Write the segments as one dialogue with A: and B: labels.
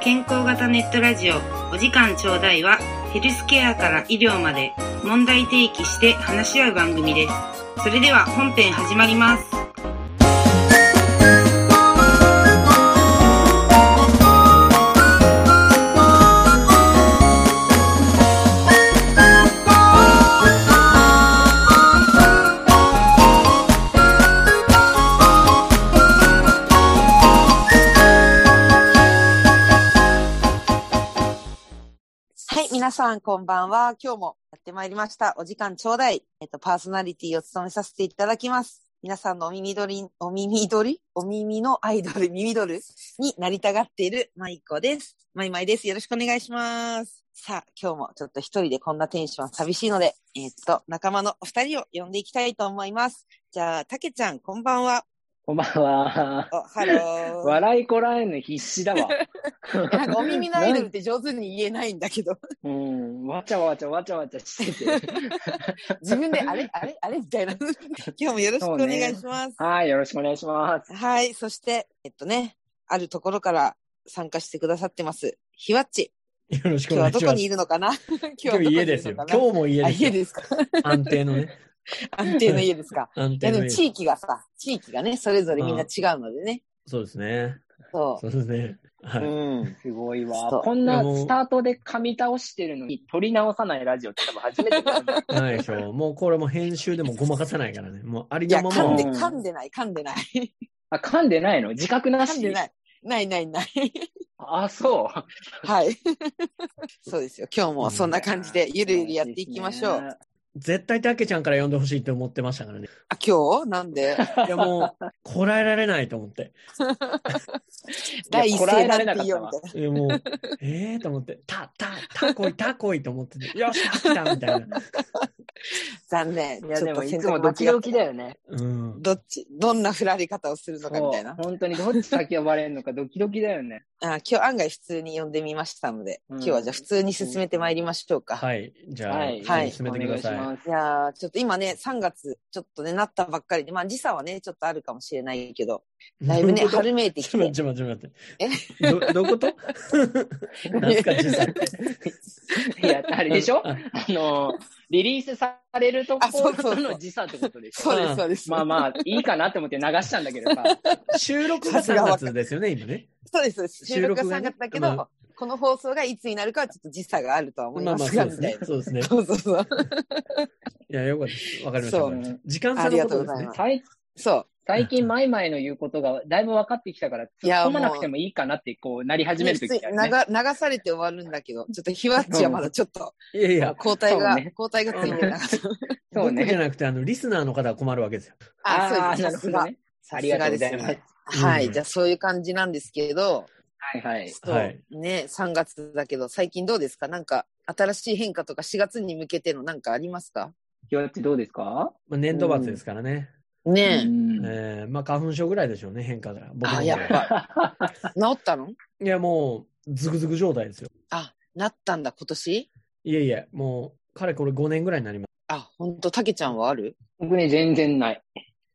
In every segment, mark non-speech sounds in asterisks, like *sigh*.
A: 健康型ネットラジオお時間ちょうだいはヘルスケアから医療まで問題提起して話し合う番組ですそれでは本編始まります
B: はい、皆さんこんばんは。今日もやってまいりました。お時間ちょうだい。えっと、パーソナリティを務めさせていただきます。皆さんのお耳取り、お耳取りお耳のアイドル、耳取るになりたがっているマイコです。マイマイです。よろしくお願いします。さあ、今日もちょっと一人でこんなテンション寂しいので、えっと、仲間のお二人を呼んでいきたいと思います。じゃあ、たけちゃん、こんばんは。
C: こんばん
B: *laughs*
C: は。
B: お、ハロー。
C: 笑いこらえぬ必死だわ。
B: なんかお耳のアイドルって上手に言えないんだけど、
C: うん。わちゃわちゃわちゃわちゃして
B: *laughs*
C: て。
B: 自分であ *laughs* れ、あれ、あれみたいな。今日もよろしくお願いします。
C: はい、よろしくお願いします。
B: はい。そして、えっとね、あるところから参加してくださってます。ひわっち。
D: よろしく
B: 今日は
D: お願
B: いど
D: し
B: こ
D: ま
B: に
D: す。
B: いるのか
D: *laughs*
B: な今日はどこ
D: 今日
B: にい
D: 家
B: る
D: ですよ。
B: の
D: 今
B: か
D: 日
B: な
D: も家
B: あ、
D: です
B: 家
D: よ。
B: ですか
D: 安定の
B: *laughs*
D: ね。 *laughs*
B: 安定の家ですか
D: 安
B: いや
D: 定
B: で
D: の
B: も
D: 家。
B: 地域がさ、地域がね、それぞれみんな違うのでね。
D: そうですね。
B: そ
D: そうですね。は
B: う。
D: い。
B: うん。
C: すごい
B: そう
C: わ。こんなスタートで噛み倒してるのに、取り直さないラジオって多分初めてだと思う
D: ないでしょう。もうこれも編集でもごまかさないからね。もうあり
B: いや、
D: のまま
B: 噛ん
D: を
B: で、噛んでない、噛んでない。
C: あ、噛んでないの自覚なし
B: 噛んでない。ないないない。
C: あ、そう。
D: *laughs*
B: はい。そうですよ。今日もそんな感じで、ゆるゆるやっていきましょう。
D: 絶対たけちゃんから呼んでほしいって思ってましたか
B: *laughs*
D: らね。
B: あ、今日なんで
D: いやもう、こらえられないと思って。
B: 第一
C: こら
B: 声
C: え
B: な
C: ら
B: ん
C: れなか
B: て
C: っ
B: 言お
C: た
B: うみ
C: わ
B: たいな。
D: いや
B: *laughs*
D: もう、ええー、と思って、た、た、たこい、たこいと思ってて、よっしゃ、来たみたいな。
B: 残念。
C: いや、
B: ちょっ
C: で
B: と
C: もい
B: 選
C: つ
B: 択
C: もドキドキだよね。
D: うん。
B: どっち、どんな振られ方をする
C: そ
B: の
C: う
B: かみたいな。
C: 本当にどっち先呼ばれるのかドキドキだよね。
B: あ今日案外普通に呼んでみましたので、
C: うん
B: 今日はじゃあ普通に進めてまいりましょうか。
D: はい。じゃあ、
C: はい。
B: はい
D: 進めてください。
C: お願いします
B: いやーちょっと今ね、3月、ちょっとね、なったばっかりで、まあ時差はね、ちょっとあるかもしれないけど、だいぶ
D: *laughs*
B: ね、春めいてき、
D: ちょってと待って、ちょっと待って。ど、どういうこと *laughs* 何すか、時差って。
C: いや、あれでしょ
D: あ
C: あの、リリースされると
B: あそう
C: こ
B: そうそう
C: ろの時差ってことでし
B: そ
C: ょ
B: うです、そうです。
C: まあまあ、いいかなって思って流したんだけどさ。
D: 収録
B: さ
D: が
B: すが
D: 3
B: 若
D: 月ですよね、今ね。
B: そうです、そうです。収
D: 収
B: 録
D: 録
B: が
D: がね
B: 3月だけど、
D: まあ
B: この放送がいつになるかはちょっと時差があるとは思い
D: まあ
B: ま
D: まあ、
B: す
D: そ
B: が、
D: う
B: みたい
D: ですね
B: な。。
D: そうですね。
B: そうそうそう。
D: いや、よかったです。わかりました。
B: そう
D: わかりました時間
B: あ
D: 差のことです
B: りがとうござい
D: ね
B: ま。
C: 最
B: そう。
C: 最近、マイマイの言うことがだいぶ分かってきたから、
B: い
C: 突
B: や
C: っ込まなくてもいいかなって、こう、なり始めるとき
B: ね
C: だよ
B: 普
C: ね。
B: 通に流流されて終わるんだけど、ちょっとひわっちはまだちょっと、
D: いやいや、
B: *laughs* 交代が、
C: そうね
B: 交代がついて *laughs* なかった。
C: そう
D: 僕じゃ
C: ね。
D: なくて、あの、リスナーの方は困るわけですよ。
B: あ、
C: あ
B: そう
C: ー
B: で
C: な
B: す。さす
C: るほ
B: が
C: どね。ありがとうございます。
B: はい、
D: うん
B: じゃあそういう感じなんですけれど、
C: はいはい。
B: そう
D: はい
B: ね、3月だけど、最近どうですかなんか、新しい変化とか4月に向けてのなんかありますか
C: ひわっちどうですか
D: まあ、年度末ですからね。
C: う
B: ね
C: ん
D: えーまあ、花粉症ぐらいでしょうね、変化が。僕の
B: あ
D: 方
B: やっ
D: は
B: ぱえ、治ったの
D: いや、もう、ズグズグ状態ですよ。
B: あ、なったんだ、今年
D: いやいや、もう、かれこれ5年ぐらいになります。
B: あ、ほんと、たけちゃんはある
C: 僕ね、全然ない。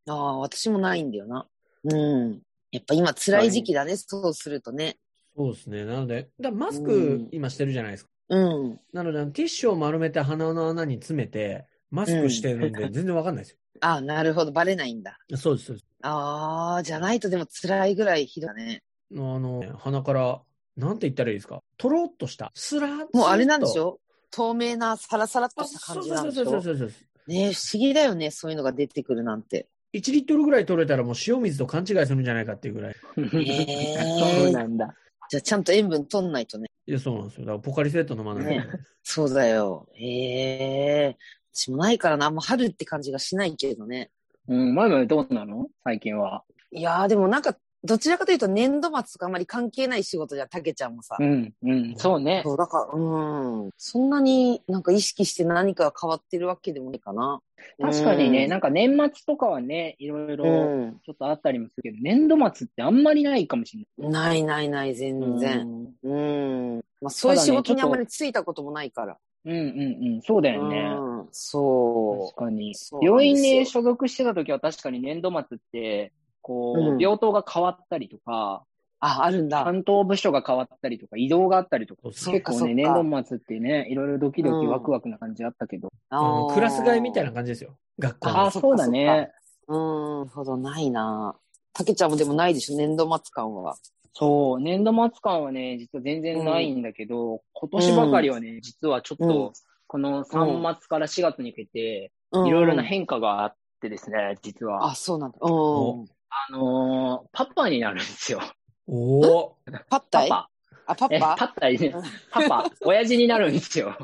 B: ああ、私もないんだよな。うん。やっぱ今辛い時期だね、そうするとね。
D: そうですね。なので、だマス
C: うん
D: ク、今してるじゃないですか。
B: うん。
D: なので、あのティッシュを丸めて鼻の穴に詰めて、マスクしてるんで、全然わかんないです
B: あなるほど、バレないんだ。
D: よ。そうです、そうです。
B: ああ、じゃないとでも辛いぐらいひどいね。
D: あの、鼻から、なんて言ったらいいですかとろっとした、スラッ
B: もうあれなんでしょ透明なサラサラっとした
D: そ
B: 感
D: う
B: じ
D: そう
B: なん
D: そう
B: でしょ
D: そうそうそう。
B: ねえ、不思議だよね。そういうのが出てくるなんて。
D: 1リットルぐらい取れたらもう塩水と勘違いするんじゃないかっていうぐらい。
C: *laughs* そうなんだ。
B: じゃあ、ちゃんと塩分取んないとね。
D: いや、そうなんですよ。だからポカリスエット飲まないと。
B: ねそうだよ。へえ。私もないからな。あんま春って感じがしないけどね。
C: うん、マイマイどうなの最近は。
B: いやー、でもなんか、どちらかというと年度末とかあんまり関係ない仕事じゃん、たけちゃんもさ
C: う。ん、うん、そうね。
B: そう、だから、うん。そんなになんか意識して何かが変わってるわけでもないかな。
C: 確かにね、
B: うん
C: なんか年末とかはね、いろいろ
B: うん。
C: ちょっとあったりもするけど、年度末ってあんまりないかもしれない。
B: ないないない、全然。
C: う
B: う
C: ん
B: ん。まあ、そういう仕事
C: ただねちょっ
B: に
C: と
B: あんまりついたこともないから。
C: うんうんうん、そうだよね。
B: うん。そ
C: 確かに
B: そう。
C: 病院に所属してた時は確かに年度末って、こう、
B: うん
C: 病棟が変わったりとか、
B: う。あ、あるんだ。
C: 担当部署が変わったりとか、移動があったりとか、
D: そ
C: 結
D: う
B: か
C: 構
B: そうか
C: ね、年度末ってね、いろいろドキドキ
B: うん
C: ワクワクな感じあったけど。
D: あのクラス替えみたい
B: な。
D: な感じですよ。学校
C: あ
D: の
C: あ、そうだね。
B: うーん、なるほど、ないな。たけちゃんもでもないでしょ、年度末感は。
C: そう、年度末感はね、実は全然ないんだけど、今年ばかりはね、実はちょっ
B: うん
C: と、この3月から4月にかけて、
B: い
C: いろいろな変化があってですね、実は。
B: あ、そうなんだ。うん。
C: あのーパパになるんです
B: *laughs*
C: よ。
D: おお。
B: パッタ
C: パ
B: イ
C: パ。
B: あ、パ
C: え、
B: ッ
C: パ
B: パ
C: ッタイね。パ
B: *laughs*
C: パ、親父になるんですよ。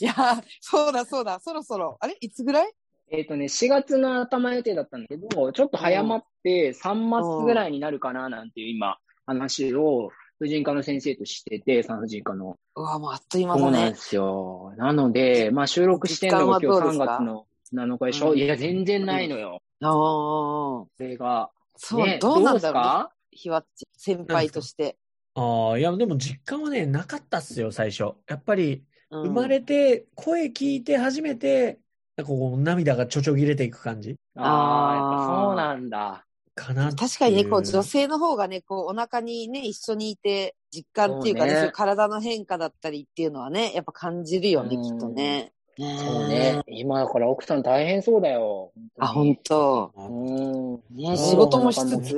B: いや、そうだそうだ、そろそろ。あれいつぐらい
C: えっとね、4月の頭予定だったんだけど、ちょっと早まって3月ぐらいになるかななんていう今、話を婦人科の先生としてて、産婦人科の。
B: うわ、もうあっという間
C: そ
B: だ
C: うなん
B: ね
C: で。すよ。なので、まあ収録してんのが今日
B: 実
C: 3
B: 感は
C: 月の7日でしょ
B: うん
C: いや、全然ないのよ。
B: ああ、そ
C: それが。
B: う、
C: ね
B: どうなんだ
C: ど
B: ろう、ね、
C: う
B: ひわっち、先輩として。
D: ああ、いや、でも実感はね、なかったっすよ、最初。やっぱり、
B: 生
D: 生まれて、声聞いて初めて、なんかこう、涙がちょちょぎれていく感じ
C: すかああ、やっぱそうなんだ。
D: かなっていう。
B: 確かにね、こう女性の方がね、こうお腹にね、一緒にいて、実感っていうかね、
C: そうね
B: そういう体の変化だったりっていうのはね、やっぱ感じるよね、
C: うん
B: きっとね。
C: そうね。。今だから奥さん大変そうだよ。
B: あ、本当。
D: あ
C: うん。
B: ね、仕事もしつつ。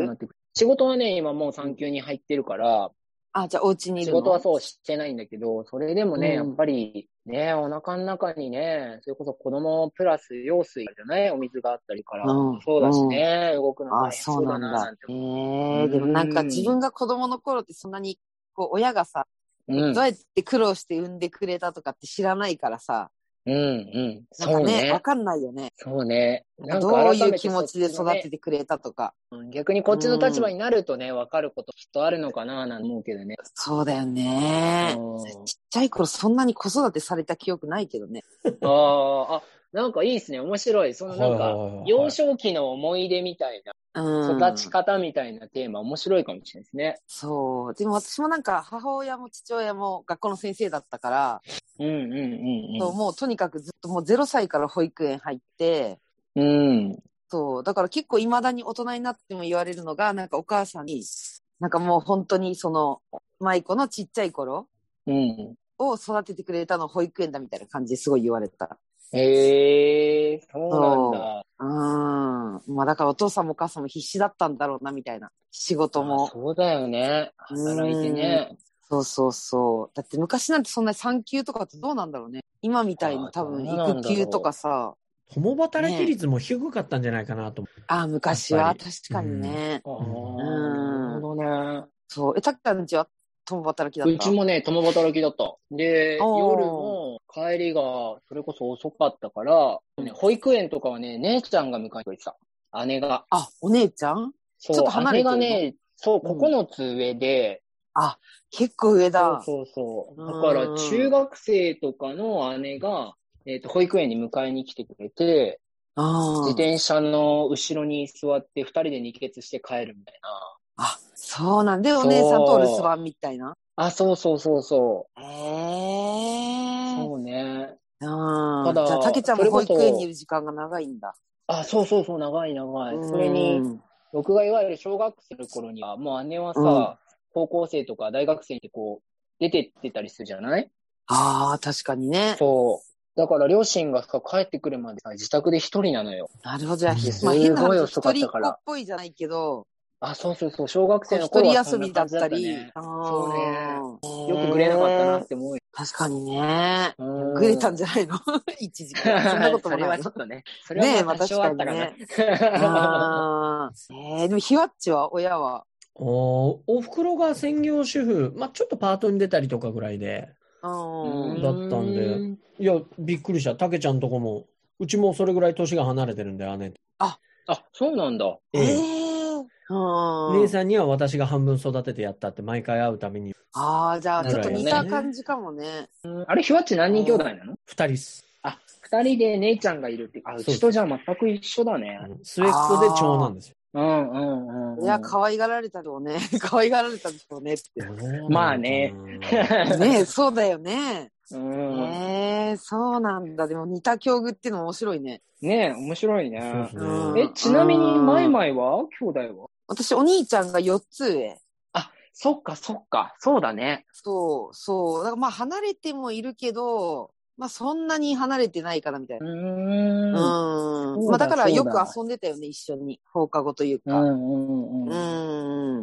C: 仕事はね、今もう産休に入ってるから、
B: あ、じゃあお家にい
C: 仕
B: るの
C: 事はそうしてないんだけど、それでも
B: う
C: ね、
B: ん
C: やっぱりね、お腹の中にね、それこそ子供プラス用水じゃないお水があったりから、
B: うん
C: そうだしね、動くの
B: あ、
C: 大変
B: そ
C: そうう
B: な
C: だ
B: ん
C: な、
B: だ
C: なん。て
B: え
C: 思
B: ー、でもなんか自分が子供の頃ってそんなに、こう親がさ、
C: う。うん
B: どうやって苦労して産んでくれたとかって知らないからさ、
C: うん、うん。
B: なんか
C: そう
B: ね、わ
C: ね。
B: かんないよね。
C: そうね。なんか
B: どうい
C: 改
B: う
C: め
B: 気持ちで育て
C: て
B: てくれたとか。
C: そっちのね。逆にこっちの立場になるとね、わかることきっとあるのかな、なんて思うけどね。
B: そうだよね。
C: うん
B: ちっちゃい頃そんなに子育てされた記憶ないけどね。
C: あーあ、なんかいいですね。面白い。そのなん
D: はい
C: か
D: はいはいは、い
C: 幼少期の思い出みたいな、
B: うん。
C: 育ち方みたいなテーマ、面白いかもしれないですね。
B: そう。でも私もなんか母親も父親も学校の先生だったから、
C: うんうんうん
B: そうもうとにかくずっともう0歳から保育園入って、
C: うん。うん。
B: そう。だから結構未だに大人になっても言われるのが、なんかお母さんに、なんかもう本当にその、舞子のちっちゃい頃
C: うん。
B: を育ててくれたの保育園だみたいな感じですごい言われた。
C: へえー、そうなんだ。
B: うん。まあだからお父さんもお母さんも必死だったんだろうなみたいな。仕事
C: あ
B: も。
C: そうだよね。働いてね。
B: そうそうそう。だって昔なんてそんな産休とかってどうなんだろうね。今みたいに多分
C: あーどうなん
B: 育
C: だろう
B: 休とかさ。
D: 共働き率も低かったんじゃないかなと思
B: ああ、昔は
D: やっ
B: 確かにね。
C: ああ、
B: ん
C: なるほどね。
B: そう。え、たっちゃんのちは共働きだった
C: うちもね、共働きだった。で、
B: おー
C: 夜も帰りが、それこそ遅かったから、ね保育園とかはね、姉ちゃんが迎えに行ってた。姉が。
B: あ、お姉ちゃん
C: そう、
B: ちょっと離れてるの
C: 姉がね、そう、
B: う
C: 9つ上で、
B: 結構上
C: そう
B: だ。
C: そうそう。だ
B: うん
C: から、中学生とかの姉が、えっ、と、保育園に迎えに来てくれて、
B: あー
C: 自転車の後ろに座って、二人で二血して帰るみたいな。
B: あ、そうなんで、お姉さんとお留守番みたいな。
C: あ、そうそうそうそ
B: ええ
C: う。
B: ー。
C: そうね。
B: あ
C: た
B: ー
C: だ
B: じゃあ、たけちゃんも保育
C: それ
B: 園
C: こそ
B: にいる時間が長いんだ。
C: あ、そうそうそう、長い長い。それに、
B: うん
C: 僕がいわゆる小学生の頃には、もう姉はさ、
B: うん
C: 高校生とか大学生にこう、出てってたりするじゃない
B: ああ、確かにね。
C: そう。だから両親がさ、帰ってくるまでさ、自宅で一人なのよ。
B: なるほど。じゃあ、ひ
D: す
B: ま
C: ご
B: あ、
C: い
B: 変な話、
C: 遅か
B: 一
C: っ
B: 人っ
C: た
B: 子
C: から
B: っぽいじゃないけど、
C: あ、そうそうそう、小学生の
B: 一
C: 頃
B: 人
C: は
B: 遊びだったり、
C: そんな感じだったね
B: そう
C: よくぐれなかったなって思うよ。
B: 確かにね。
C: うん
B: ぐれたんじゃないの *laughs* 一時期。そ
C: *laughs*
B: んなことも
C: それ
B: な
C: はいちょ。っとね、それ
B: ねえ、
C: は
B: まあ
C: 多
B: 確
C: 少あ
B: か
C: っ
B: に
C: たかな。
B: ね。
C: *laughs*
B: あーえー、でも、ひわっちは、親は。
D: う。おお袋が専業主婦、まあちょっとパートに出たりとかぐらいで。
B: う
C: うん
B: ん。
D: だったんでいや、びっくりした。たけちゃんとこも、うちもそれぐらい年が離れてるんだよ、姉と。
C: あ、そうなんだ。
B: ええー。うん。
D: 姉さんには私が半分育ててやったって毎回会うために
B: ああ、じゃあ、ちょっと似た
D: ぐらいよね
B: 感じかもね。
C: あれ、ひわっち何人兄弟なの
D: 二人っす。
C: あ、二人で姉ちゃんがいるって。あ、うちとじゃあ全く一緒だね
D: あ。の末っ子で長男ですよ。
C: うんうんうん。
B: いや、可愛がられたろうね。 *laughs* 可愛がられたでしょうね
C: *laughs*
B: って。
C: まあね
D: どうなのかな。
B: ねえ、そうだよね。
C: うん。
B: ええそうなんだ。でも似た境遇っていうの面白いね。
C: ねえ、面白い
D: そうっ
C: ね。
D: す
B: うん
D: ね。
C: え、ちなみに、マイマイは兄弟は
B: 私、お兄ちゃんが4つ上。
C: そっかそっか、そうだね。
B: そう、そう。だからまあ離れてもいるけど、まあそんなに離れてないからみたいうな。
C: ん
B: うん。
C: うんそうだ
B: まあだからよ
C: そうだ
B: く遊んでたよね、一緒に。放課後という
C: う
B: か。
C: んうん
B: う
C: うん。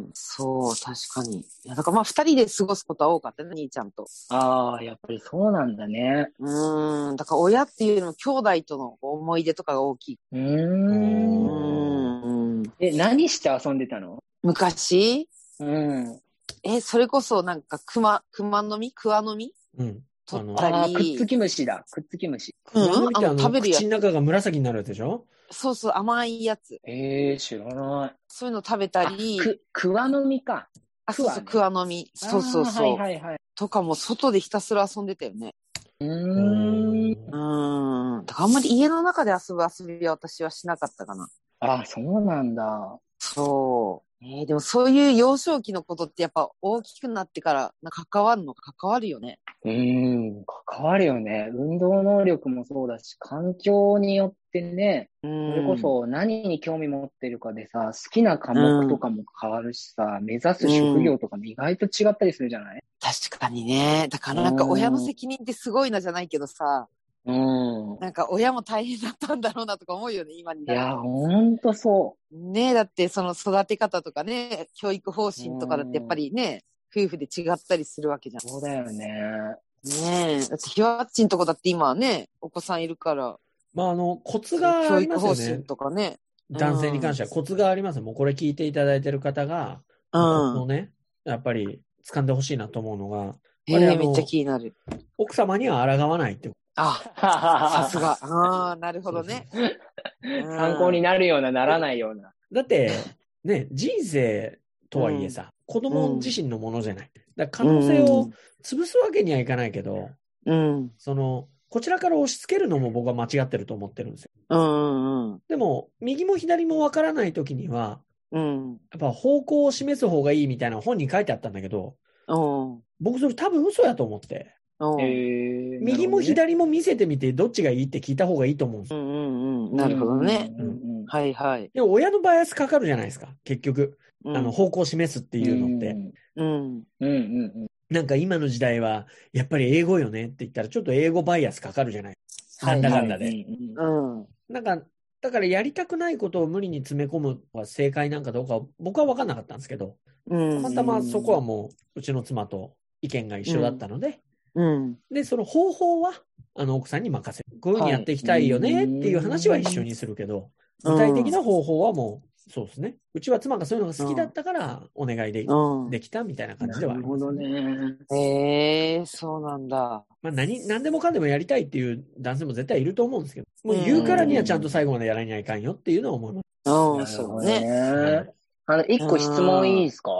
B: ん、ん。そう、確かに。いや、だからまあ二人で過ごすことは多かったね、兄ちゃんと。
C: ああ、やっぱりそうなんだね。
B: うん。だから親っていうよりも兄弟との思い出とかが大きい。
C: う
B: う
C: ーん。
B: ん。
C: え、何して遊んでたの
B: 昔
C: うん。
B: え、それこそなんか熊、熊の実桑の実
D: うん。あ
B: 取
D: の
B: っ、
C: あ
B: た
C: あ、くっ
B: り
C: つ。き虫だ。くっつき虫。
B: うん
D: 生ってあ
B: あの
D: の、
B: 食べるやつ
D: 口の中が紫になるやつでしょ
B: そうそう、甘いやつ。
C: ええー、知らない。
B: そういうの食べたり。
C: あく、くわの実か。
B: あ、そうそう、
C: ク
B: 桑の実。そうそうそう。
C: あーはいはいはい。
B: とかも外でひたすら遊んでたよね。
C: う
D: う
C: ーん。。
B: うん。だからあんまり家の中で遊ぶ遊びは私はしなかったかな。
C: あ、そうなんだ。
B: そう。えーでもそういう幼少期のことってやっぱ大きくなってからなんか関わるの関わるよね。
C: うーん。関わるよね。運動能力もそうだし、環境によってね、
B: う
C: そ
B: ん。
C: れこそ何に興味持ってるかでさ、好きな科目とかも変わるしさ、目指す職業とかも意外と違ったりするじゃない
B: 確かにね。だからなんか親の責任ってすごいなじゃないけどさ、
C: うん。
B: なんか親も大変だったんだろうなとか思うよね、今に
C: い
B: なると
C: や、ほんとそ
B: ねえ、だってその育て方とかね、教育方針とかだってやっぱりね、夫婦で違ったりするわけじゃん
C: う。。そうだよ
B: *laughs*
C: ね。
B: ねえ。だってひわっちんとこだって今はね、お子さんいるから、
D: まあ、あの、コツがあ
B: 教
D: り
B: 育
D: ます
B: 方
D: よ
B: 針
D: ね。
B: とかね。
D: 男性に関してはコツがありますよ。もうこれ聞いていただいてる方が、
B: う
D: コツを
B: ん。
D: ね、やっぱり掴んでほしいなと思うのが、
B: え
D: あれあ
B: え、
D: の
B: めっちゃ気になる。
D: 奥様には抗わないってこ
B: あ、さ
C: さ
B: す *laughs* が。ああ、なるほどね。
C: 参考に
B: な
C: なるような、ならないような。
D: と。だって、ね、人生とはいえさ、子供自身のものじゃない。だから可能性を潰すわけにはいかないけど、
B: うん。
D: その、こちらから押し付けるのも僕は間違ってると思ってるんですよ。
B: うんうん
D: でも、右も左もわからないときには、
B: うん。
D: やっぱ方向を示す方がいいみたいな本に書いてあったんだけど、
B: うん。
D: 僕それ多分嘘やと思って、
B: うん。
C: えー
D: 右も。左も見せてみて、どっちがいいって聞いた方がいいと思うんです
B: う
D: よ。
B: んうんうん。なるほどね。
C: うんうん
B: はいはい。
D: でも親のバイアスかかるじゃないですか、結局。
B: うん
D: あの、方向を示すっていうのって。。
B: うん。
C: うんうん
D: なんか今の時代は、やっぱり英語よねって言ったら、ちょっと英語バイアスかかるじゃない。
B: はい
D: な
C: うん
D: んだか
C: ん。
D: だで。
C: うんうん
B: うん。
D: なんか、だからやりたくないことを無理に詰め込むのが正解なんかどうか、僕は分かんなかったんですけど、
B: う
D: たま
B: ん。
D: たまそこはもう、うちの妻と意見が一緒だったので、
B: うん。
D: で、その方法は、あの、奥さんに任せる。こういうふうにやっていきたいよねっていう話は一緒にするけど、具体的な方法はもう、そうですね。うちは妻がそういうのが好きだったから、お願いで
B: うん。
D: できたみたいな感じで
C: な
D: はあ
C: る
D: り
C: ほ
D: ます
C: ど。ね。
B: ええ、そうなんだ。
D: まあ、何、何でもかんでもやりたいっていう男性も絶対いると思うんですけど、もう言うからにはちゃんと最後までやらにはいかんよっていうのは思います。
B: うん、そうだね。
C: なるほどね。あの、一個質問いいですか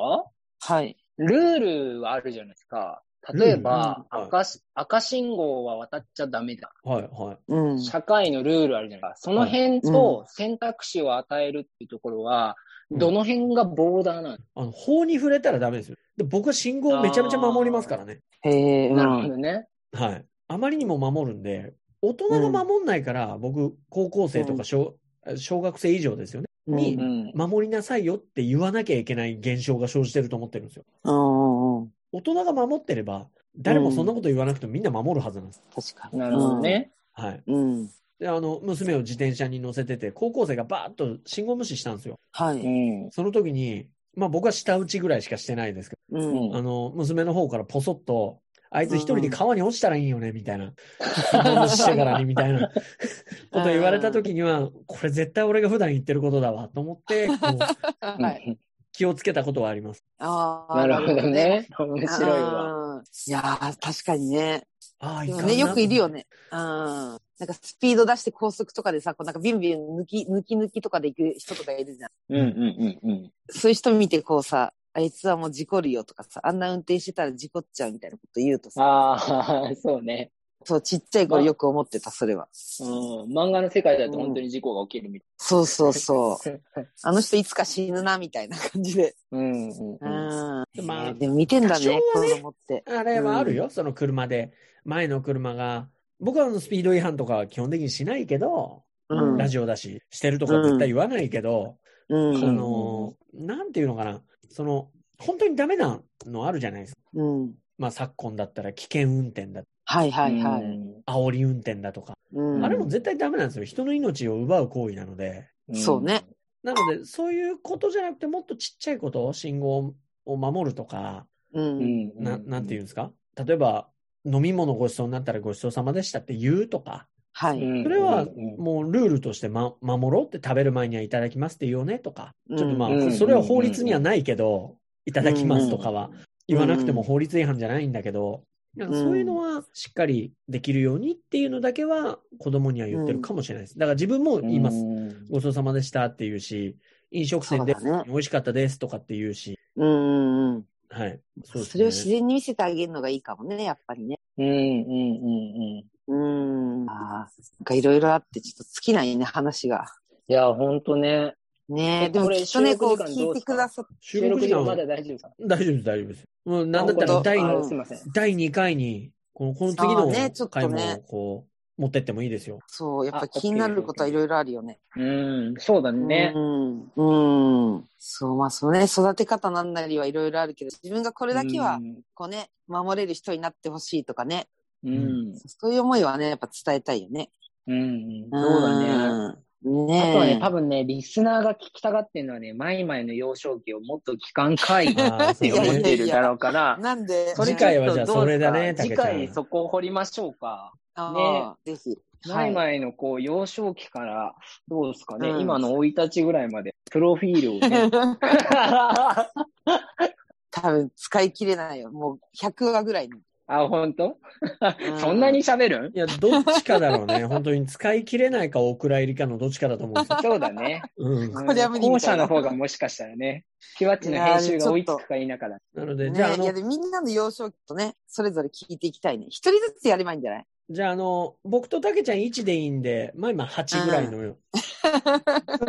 B: はい。
C: ルールはあるじゃないですか。例えば、
D: うんうん
C: 赤し赤信号は渡っちゃダメだ。
D: はい、はい。
B: うん。
C: 社会のルールあるじゃないですか。その辺と選択肢を与えるっていうところは、
D: うん
C: どの辺がボーダーなの
D: あの、法に触れたらダメですよ。で、僕は信号をめちゃめちゃ守りますからね。
B: へえ、う
C: なるほ
B: ん。
C: どね。
D: はい。あまりにも守るんで、大人が守んないから、僕、高校生とか小、小学生以上ですよね。
B: うん
C: う。ん。
D: 守りなさいよって言わなきゃいけない現象が生じてると思ってるんですよ。
B: うんうん。
D: 大人が守ってれば、誰もそんなこと言わなくてもみんな守るはずなんです。
B: 確かに。
C: なるほど。ね。
D: はい。
B: うん。
D: で、あの、娘を自転車に乗せてて、高校生がバーッと信号無視したんですよ。
B: は
C: う
B: い。
C: ん。
D: その時に、まあ僕は下打ちぐらいしかしてないですけ
B: うん。
D: ど、あの、娘の方からポソッと、あいつ一人で川に落ちたらいいよね、みたいな。信号無視してからに、みたいなこと言われた時には、これ絶対俺が普段言ってることだわ、と思
B: *laughs*
D: って、こう
B: はい。
D: 気をつけたことはあります。
B: ああ。
C: *laughs* なるほど。ね。面白いわ。
B: わ。いやー、確かにね。
D: ああ、い
B: で
D: か
B: も
D: んな
B: ね、よくいるよ。ね。うん。なんかスピード出して高速とかでさ、こうなんかビュンビュン抜き、抜き抜きとかで行く人とかいるじゃん。
C: うんうんうんうん。
B: そういう人見てこうさ、あいつはもう事故るよとかさ、あんな運転してたら事故っちゃうみたいなこと言うとさ、
C: ああ、そうね。
B: そう、ちっちゃい頃よく思ってた、それは。
C: うん。漫画の世界だと本当に事故が起きるみたい。
B: そうそうそう。あの人いつか死ぬな、みたいな感じで。
C: *laughs* うんうん
B: う
C: うん。
B: ん。
D: まあ
B: でも見てんだ
D: 多少は
B: ね
D: ね、
B: 子供って。
D: あれはあるよ、その車で。前の車が、僕はあのスピード違反とかは基本的にしないけど、
B: うん。
D: ラジオだし、してるとか絶対言わないけど、
B: う
D: あ
B: ん。
D: のーなんていうのかな、その、本当にダメなのあるじゃないですか。
B: うん。
D: まあ昨今だったら危険運転だ、
B: はいはいはい。
C: い。
D: 煽り運転だとか。
B: うん。
D: あれも絶対ダメなんですよ。人の命を奪う行為なので。
B: そうね。
D: なので、そういうことじゃなくて、もっとちっちゃいこと、信号を守るとか、
B: う。
C: うんん。
D: ななんていうん
C: う
D: ですか例えば、飲み物ごちそうになったらごちそうさまでしたって言うとか、
B: は
C: う
B: い。
C: ん
D: それは
C: うん
D: もうルールとして、ま、守ろうって食べる前にはいただきますって言おうねとか、
B: うん
D: ちょっとま
C: うん
D: あ、それは法律にはないけど、いただきますとかは言わなくても法律違反じゃないんだけど、なんかそういうのはしっかりできるようにっていうのだけは子供には言ってるかもしれないです。だから自分も言います。
C: うん
D: ごちそうさまでしたって言うし、飲食店で
B: そうだね
D: 美味しかったですとかって言うし、
B: うんうんうん。
D: はい。そ
B: それを自然に見せてあげるのがいいかもね、やっぱりね。
C: うんうんうんう
B: う
C: ん。
B: ん。あーなんかいろいろあって、ちょっと尽きないね、話が。
C: いや、ほんとね。
B: ねえ、
C: え
B: でも
C: これ
B: きっとね、
C: 収
B: こ
C: 録
B: う
C: 時間ど
B: 聞いう
C: で
B: て
C: すか
B: くださって。
D: 収
C: 収録
D: 録
C: 時
D: 時間
C: 間ま
D: は
C: だ
D: 大
C: 大丈夫ですか
D: 丈夫です、大丈夫です。もうなんだった
B: あ
D: ら
B: 本当
D: 第
B: あ
C: あ
B: の
C: すいません。
D: 第2回に、このこの次
B: あー
D: の
B: ねちょっとね
D: 回もこう、持ってってもい
B: *laughs*
D: いですよ。
B: そう、やっぱ
C: あ
B: 気になることはいろいろあるよね。
C: うん、そうだね
B: う。ん。うん。そう、まあ、それ、育て方なんなりはいろいろあるけど、自分がこ
C: そ
B: れだけは、こうね、守れる人になってほしいとかね。
C: うん。
B: そういう思いはね、やっぱ伝えたいよね。
C: うん。そうだね。
B: うん。ねえ。
C: あとはね、多分ね、リスナーが聞きたがってるのはね、マイマイの幼少期をもっと期間かいって
D: あーそう
B: いやいや
C: 思っ
B: いや
C: てるだろうから、
B: なんで、 *laughs*
D: 次回はじゃあ
C: ちょっとどうですか
D: それだね竹ち
C: 次
D: ゃん
C: 回そこを掘りましょうか。
B: あーぜひ。
C: マイマイのこう、幼少期から、どうですかね、
B: うん
C: 今の生い立ちぐらいまで、プロフィールをね。
B: *laughs*
C: *laughs*
B: 多分使い切れないよ。もう100話ぐらいに。
C: あ、ほんと
B: ん
C: *laughs* そんなに喋るん
D: いや、どっちかだろうね。 *laughs* 本当に使い切れないか、お蔵入りかのどっちかだと思うんですよ。
C: そうだね。
D: うん。
B: *laughs* これは無理
C: 後
B: みた
C: 者
B: いな
C: の方がもしかしたらね、キワッチの編集が追いつくか否かだ。
D: なので、
B: ね、
D: じゃあ、あ
B: いや
D: の、
B: でもみんなの幼少期とね、それぞれ聞いていきたいね。一人ずつやればいいんじゃない
D: じゃあ、あの、僕と竹ちゃん1でいいんで、まあ今8ぐらいのよ。
C: そ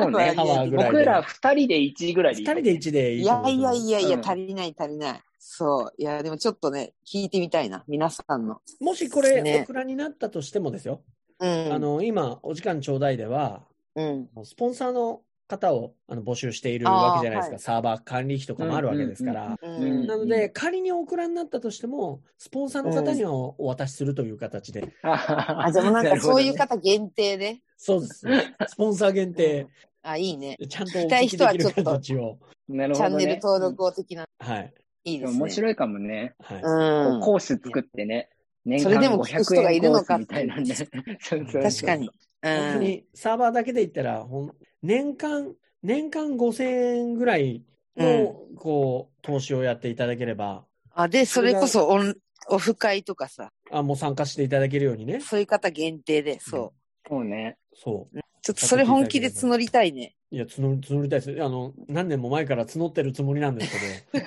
C: うね
D: ハワーぐらいで
C: 僕ら二人で1ぐらい
D: 2
C: でいい。
D: 人で1でいい
B: い
D: と
B: や
D: 思う
B: いやいやいや、
C: うん
B: 足りない足りない。そう。いや、でもちょっとね、聞いてみたいな。皆さんの。
D: もしこれ、
B: ね
D: オクラになったとしてもですよ。
B: うん。
D: あ、の、今、お時間ちょうだいでは、
B: うん。
D: スポンサーの方をあの募集しているわけじゃないですか。
B: あーはい
D: サーバー管理費とかもあるわけですから。
B: う
C: うん
B: ん。
D: なので、仮にオクラになったとしても、スポンサーの方にはおお渡しするという形で。
C: あ
B: あ、じゃあも
C: *laughs*
B: うなんかそういう
C: か。
B: 方限定で。
D: そうです。スポンサー限定、
B: あ、いいね。
D: ちゃんとお聞きできる形を。
C: なる
B: チ
C: ほ
B: ャ
C: ど
B: ン
C: ね
B: ネル登録を的な。
D: はい。
B: いいで
C: でも
B: すね。
C: 面白いかもね。
D: はい。
B: うん。
C: こうコース作ってね。年
B: それでも聞く人がいるのか
C: 間500円コースみたいなんで。 *laughs* そうそう
B: 確かに。う
D: 本当
B: ん。
D: にサーバーだけで言ったら、ほん年間、年間5000円ぐらいの、こう、投資をやっていただければ、
B: あ、で、それこそオン、オフ会とかさ、
D: あ、もう参加していただけるようにね。
B: そういう方限定で、そう。
C: そうね。 *laughs*
D: そう。
B: ちょっとそれ本気で募りたいね。
D: いや、募る募りたいです。あの、何年も前から募ってるつもりなんですけ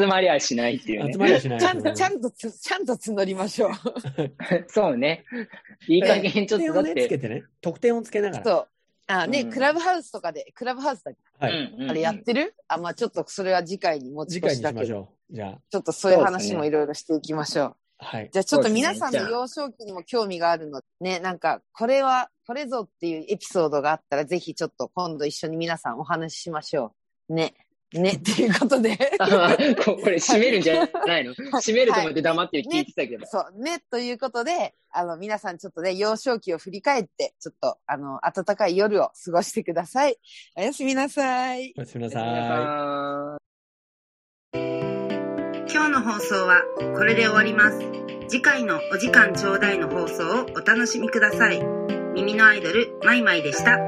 C: 集まりはしないっていう
D: ど、集
C: ね。
D: まりはしない
B: ち
D: で
B: ゃ
D: す、
B: んと、ちゃんとつ、ちゃんと募りましょう。
C: *laughs* そうね。いい加減ちょっ
D: 得
C: とだ
D: 点を
C: っ
D: ね、つけ
C: て。
D: てね。得点をつけながら。
B: そう。あ、ね、
C: うん
B: クラブハウスとかで、クラブハウスだっけ
D: は
C: う
D: い。
C: んうんうん
B: あれやってる、あ、まあちょっとそれは次回に持ち
D: 次
B: 越し
D: 回に
B: だ
D: し
B: けど
D: まし、ょう。じゃあ、
B: ちょっとそういう
C: そうです
B: 話
C: ね
B: もいろいろしていきましょう。
D: はい。
B: じゃあちょっと皆さん
C: そう
B: の
C: ですね
B: 幼少期にも興味があるので、ね、なんか、これは、これぞっていうエピソードがあったら、ぜひちょっと今度一緒に皆さんお話ししましょう。ね。ね、っていうこと
C: *laughs*
B: で。
C: あ *laughs* ここれ閉めるんじゃないの閉めると思って黙って聞いてたけど。
B: そう、ね、ということで、あの、皆さんちょっとね、幼少期を振り返って、ちょっと、あの、暖かい夜を過ごしてください。おやすみなさい。
D: おやすみ
C: お
D: な
C: やすみな
D: さい。
C: さい
A: 今日の放送はこれで終わります次回のお時間ちょうだいの放送をお楽しみください耳のアイドルマイマイでした